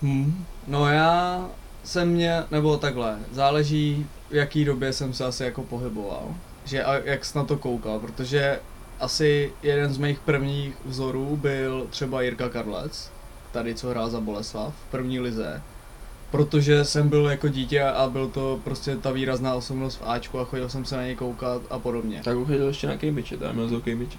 Speaker 1: Hmm. No já jsem mě, nebo takhle, záleží v jaký době jsem se asi jako pohyboval, že a jak jsi na to koukal, protože asi jeden z mých prvních vzorů byl třeba Jirka Karlec, tady co hrál za Boleslav v první lize, protože jsem byl jako dítě a byl to prostě ta výrazná osobnost v Ačku a chodil jsem se na něj koukat a podobně.
Speaker 2: Tak už chodil ještě na Kejmiče, tam měl z Kejmiče.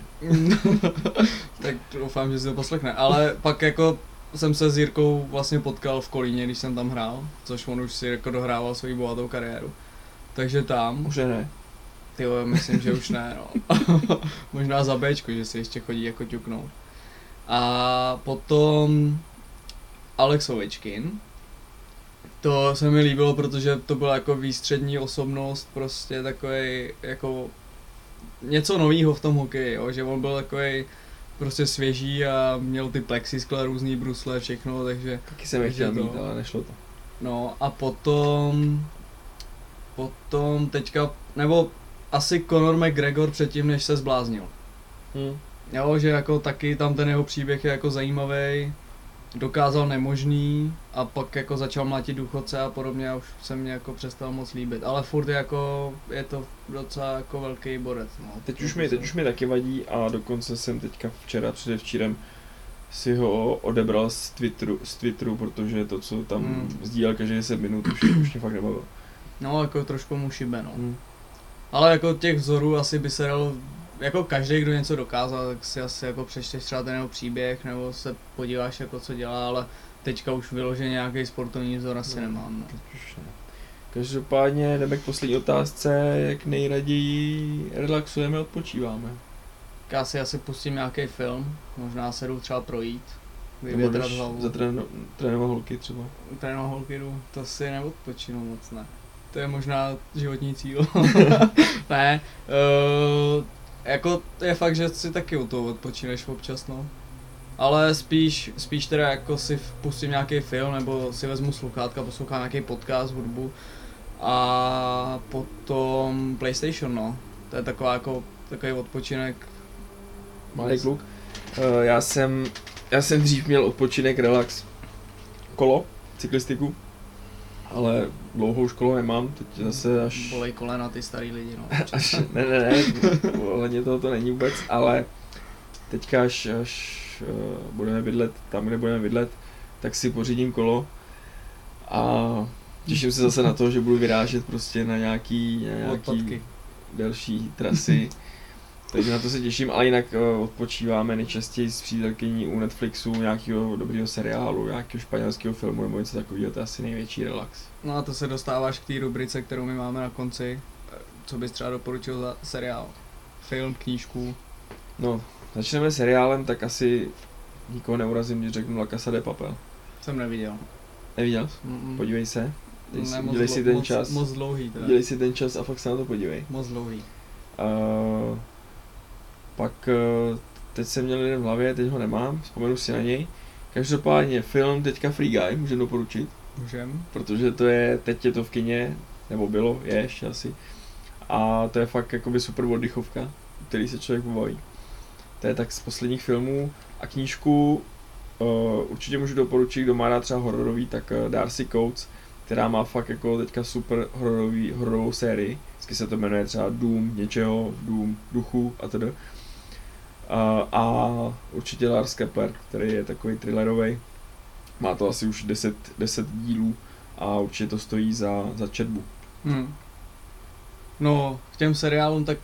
Speaker 1: <laughs> tak doufám, že si to poslechne. Ale pak jako jsem se s Jirkou vlastně potkal v Kolíně, když jsem tam hrál, což on už si jako dohrával svoji bohatou kariéru. Takže tam,
Speaker 2: Už ne.
Speaker 1: ty vole, myslím, že už ne, no. <laughs> Možná za Bčko, že si ještě chodí jako ťuknout. A potom Alex Ovečkin. To se mi líbilo, protože to byla jako výstřední osobnost, prostě takový jako něco novýho v tom hokeji, jo? že on byl takový prostě svěží a měl ty plexiskla, různý brusle, všechno, takže
Speaker 2: Taky jsem je chtěl
Speaker 1: Takže to-
Speaker 2: mít, ale nešlo to.
Speaker 1: No a potom, potom teďka, nebo asi Conor McGregor předtím, než se zbláznil.
Speaker 2: Hmm.
Speaker 1: Jo, že jako taky tam ten jeho příběh je jako zajímavý, dokázal nemožný a pak jako začal mlátit důchodce a podobně a už se mě jako přestal moc líbit. Ale furt je jako, je to docela jako velký borec. No.
Speaker 2: Teď už, mi, teď už mi taky vadí a dokonce jsem teďka včera, předevčírem si ho odebral z Twitteru, z Twitteru protože to, co tam
Speaker 1: Hmm.
Speaker 2: hmm. sdílel každý 10 minut, už, už mě fakt nebavilo.
Speaker 1: No jako trošku mu šibe, no.
Speaker 2: Hmm.
Speaker 1: Ale jako těch vzorů asi by se dal, jako každý, kdo něco dokázal, tak si asi jako přečteš třeba ten jeho příběh, nebo se podíváš jako co dělá, ale teďka už vyloženě nějaký sportovní vzor asi
Speaker 2: No.
Speaker 1: nemám. No.
Speaker 2: Každopádně jdeme k poslední otázce, jak nejraději relaxujeme, odpočíváme.
Speaker 1: Tak Já si asi pustím nějaký film, možná se jdu třeba projít,
Speaker 2: Nebo
Speaker 1: vyvětrat
Speaker 2: jdeš
Speaker 1: hlavu.
Speaker 2: za trénovat holky třeba.
Speaker 1: Trénu holky jdu, to si neodpočinu moc, ne. To je možná životní cíl. ne, uh, jako je fakt, že si taky u toho odpočíneš občas, no. Ale spíš, spíš teda jako si v- pustím nějaký film, nebo si vezmu sluchátka, poslouchám nějaký podcast, hudbu. A potom PlayStation, no. To je taková jako, takový odpočinek.
Speaker 2: Malý kluk. Eh, Já jsem, já jsem dřív měl odpočinek relax. Kolo, cyklistiku. Ale dlouhou školu nemám, teď zase až...
Speaker 1: Bolej kolena ty starý lidi,
Speaker 2: <laughs>
Speaker 1: no.
Speaker 2: Až, ne, ne, ne, ohledně toho to není vůbec, ale teďka až, až eh, budeme bydlet tam, kde budeme bydlet, tak si pořídím kolo a těším se zase na to, že budu vyrážet prostě na nějaký, na nějaký
Speaker 1: Odpadky.
Speaker 2: delší
Speaker 1: <laughs>
Speaker 2: trasy. Takže na to se těším, ale jinak eh, odpočíváme nejčastěji s přítelkyní u Netflixu, nějakého dobrého seriálu, nějakého španělského filmu nebo něco takového, to je asi největší relax.
Speaker 1: No a to se dostáváš k té rubrice, kterou my máme na konci. Eh, Co bys třeba doporučil za seriál? Film, knížku?
Speaker 2: No, začneme seriálem, tak asi nikoho neurazím, když řeknu La Casa de Papel.
Speaker 1: Jsem neviděl.
Speaker 2: Neviděl jsi?
Speaker 1: Mm-mm.
Speaker 2: Podívej se, dej si,
Speaker 1: Ne, moc
Speaker 2: udělej
Speaker 1: dlou-
Speaker 2: si ten
Speaker 1: moc,
Speaker 2: čas,
Speaker 1: Moc dlouhý teda.
Speaker 2: udělej si ten čas a fakt se na to podívej.
Speaker 1: Moc dlouhý.
Speaker 2: Uh, pak uh, teď jsem měl jeden v hlavě, teď ho nemám, vzpomenu si na něj. Každopádně film teďka Free Guy můžeme doporučit,
Speaker 1: Můžem?
Speaker 2: protože to je, teď je to v kině, nebo bylo, je ještě asi. A to je fakt jakoby super oddychovka, u který se člověk pobaví. To je tak z posledních filmů. A knížku uh, určitě můžu doporučit, kdo má rád třeba hororový, tak uh, Darcy Coates, která má fakt jako teďka super hororový, hororovou sérii. Vždycky se to jmenuje třeba Dům něčeho, Dům duchů a Eh, tedy. A určitě Lars Kepler, který je takový thrillerový. Má to asi už 10, 10 dílů a určitě to stojí za, za četbu.
Speaker 1: Hmm. No, k těm seriálům tak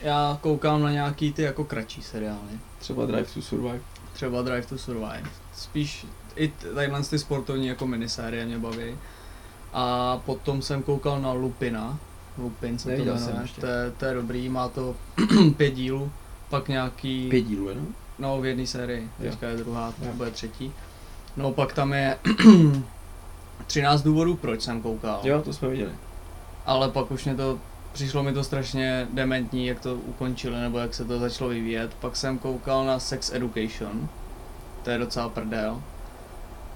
Speaker 1: já koukám na nějaký ty jako kratší seriály.
Speaker 2: Třeba Drive to Survive.
Speaker 1: Třeba Drive to Survive. Spíš i t- tadyhle ty sportovní jako minisérie mě baví. A potom jsem koukal na Lupina. Lupin se to
Speaker 2: Neviděl jsem
Speaker 1: jmenuje.
Speaker 2: ještě.
Speaker 1: To, je- to je dobrý, má to <clears throat> pět dílů. Pak nějaký...
Speaker 2: Pět dílů jenom?
Speaker 1: No, v jedné sérii,
Speaker 2: Jo.
Speaker 1: teďka je druhá,
Speaker 2: Jo.
Speaker 1: nebo je třetí. No, pak tam je <clears throat> 13 důvodů, proč jsem koukal.
Speaker 2: Jo, to jsme viděli.
Speaker 1: Ale pak už mě to, přišlo mi to strašně dementní, jak to ukončili, nebo jak se to začalo vyvíjet. Pak jsem koukal na Sex Education, to je docela prdel.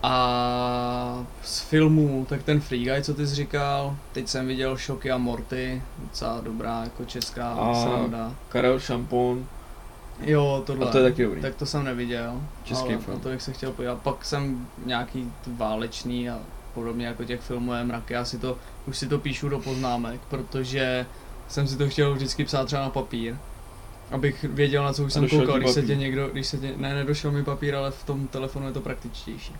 Speaker 1: A z filmů, tak ten Free Guy, co ty jsi říkal, teď jsem viděl Šoky a Morty, docela dobrá jako česká
Speaker 2: A-
Speaker 1: sranda.
Speaker 2: Karel Šampon,
Speaker 1: Jo, tohle.
Speaker 2: a to je taky dobrý.
Speaker 1: Tak to jsem neviděl,
Speaker 2: Český
Speaker 1: ale
Speaker 2: film.
Speaker 1: na to bych se chtěl podívat. Pak jsem nějaký t- válečný a podobně jako těch filmů je mraky, já si to, už si to píšu do poznámek, protože jsem si to chtěl vždycky psát třeba na papír, abych věděl, na co už
Speaker 2: A
Speaker 1: jsem
Speaker 2: došel
Speaker 1: koukal,
Speaker 2: ti
Speaker 1: když se
Speaker 2: papír?
Speaker 1: tě někdo, když se tě, ne, nedošel mi papír, ale v tom telefonu je to praktičtější.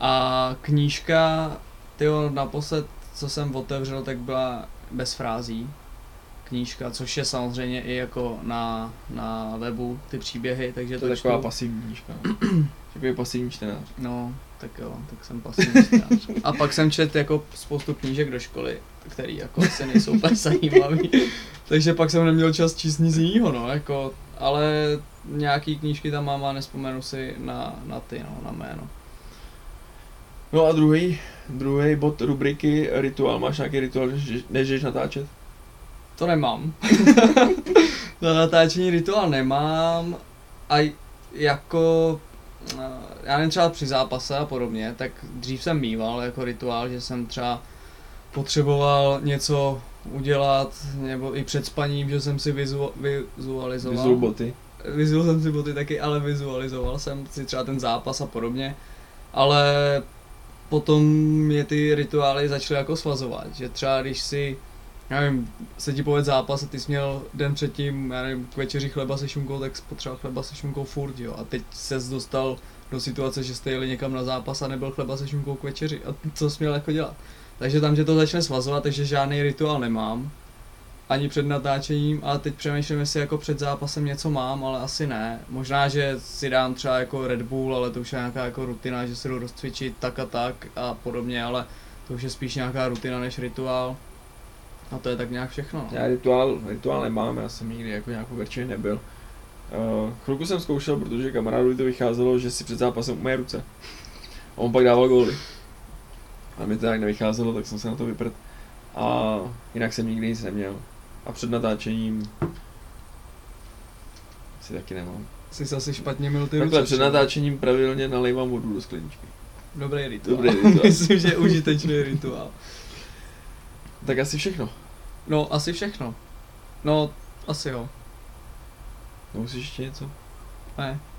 Speaker 1: A knížka, tyjo, naposled, co jsem otevřel, tak byla bez frází, knížka, což je samozřejmě i jako na, na webu ty příběhy, takže
Speaker 2: je
Speaker 1: to,
Speaker 2: to taková
Speaker 1: čtu.
Speaker 2: pasivní knížka. no. <clears throat> Takový pasivní čtenář.
Speaker 1: No, tak jo, tak jsem pasivní čtenář. A pak jsem čet jako spoustu knížek do školy, který jako asi nejsou úplně
Speaker 2: <laughs>
Speaker 1: zajímavý. Takže pak jsem neměl čas číst nic jiného, no, jako, ale nějaký knížky tam mám a nespomenu si na, na ty, no, na jméno.
Speaker 2: No a druhý, druhý bod rubriky rituál. Máš nějaký rituál, než- než jdeš natáčet?
Speaker 1: To nemám. Na natáčení rituál nemám. A jako, eh, já nevím, třeba při zápase a podobně, tak dřív jsem mýval jako rituál, že jsem třeba potřeboval něco udělat, nebo i před spaním, že jsem si vizu, vizualizoval.
Speaker 2: Vyzul boty.
Speaker 1: Vizual jsem si boty taky, ale vizualizoval jsem si třeba ten zápas a podobně. Ale potom mě ty rituály začaly jako svazovat, že třeba když si, já nevím, se ti poved zápas a ty jsi měl den předtím, já nevím, k večeři chleba se šunkou, tak jsi potřeboval chleba se šunkou furt, jo. A teď ses dostal do situace, že jste jeli někam na zápas a nebyl chleba se šunkou k večeři. A co jsi měl jako dělat? Takže tam, že to začne svazovat, takže žádný rituál nemám. Ani před natáčením a teď přemýšlím, jestli jako před zápasem něco mám, ale asi ne. Možná, že si dám třeba jako Red Bull, ale to už je nějaká jako rutina, že se jdu rozcvičit tak a tak a podobně, ale to už je spíš nějaká rutina než rituál. A to je tak nějak všechno. No.
Speaker 2: Já rituál, rituál nemám, já jsem nikdy jako nějakou verčený nebyl. Uh, chvilku jsem zkoušel, protože kamarádovi to vycházelo, že si před zápasem umé ruce. A on pak dával góly. A mi to tak nevycházelo, tak jsem se na to vyprt. A jinak jsem nikdy nic neměl. A před natáčením si taky nemám.
Speaker 1: Jsi se asi špatně mil ty
Speaker 2: Takhle
Speaker 1: ruce,
Speaker 2: před
Speaker 1: třeba.
Speaker 2: natáčením pravidelně nalejvám vodu do skleničky.
Speaker 1: Dobrý rituál.
Speaker 2: Dobrý rituál.
Speaker 1: <laughs> Myslím, že je užitečný rituál.
Speaker 2: Tak asi všechno.
Speaker 1: No, asi alltså všechno. No, asi jo.
Speaker 2: Nemusíš ještě něco?
Speaker 1: Ne.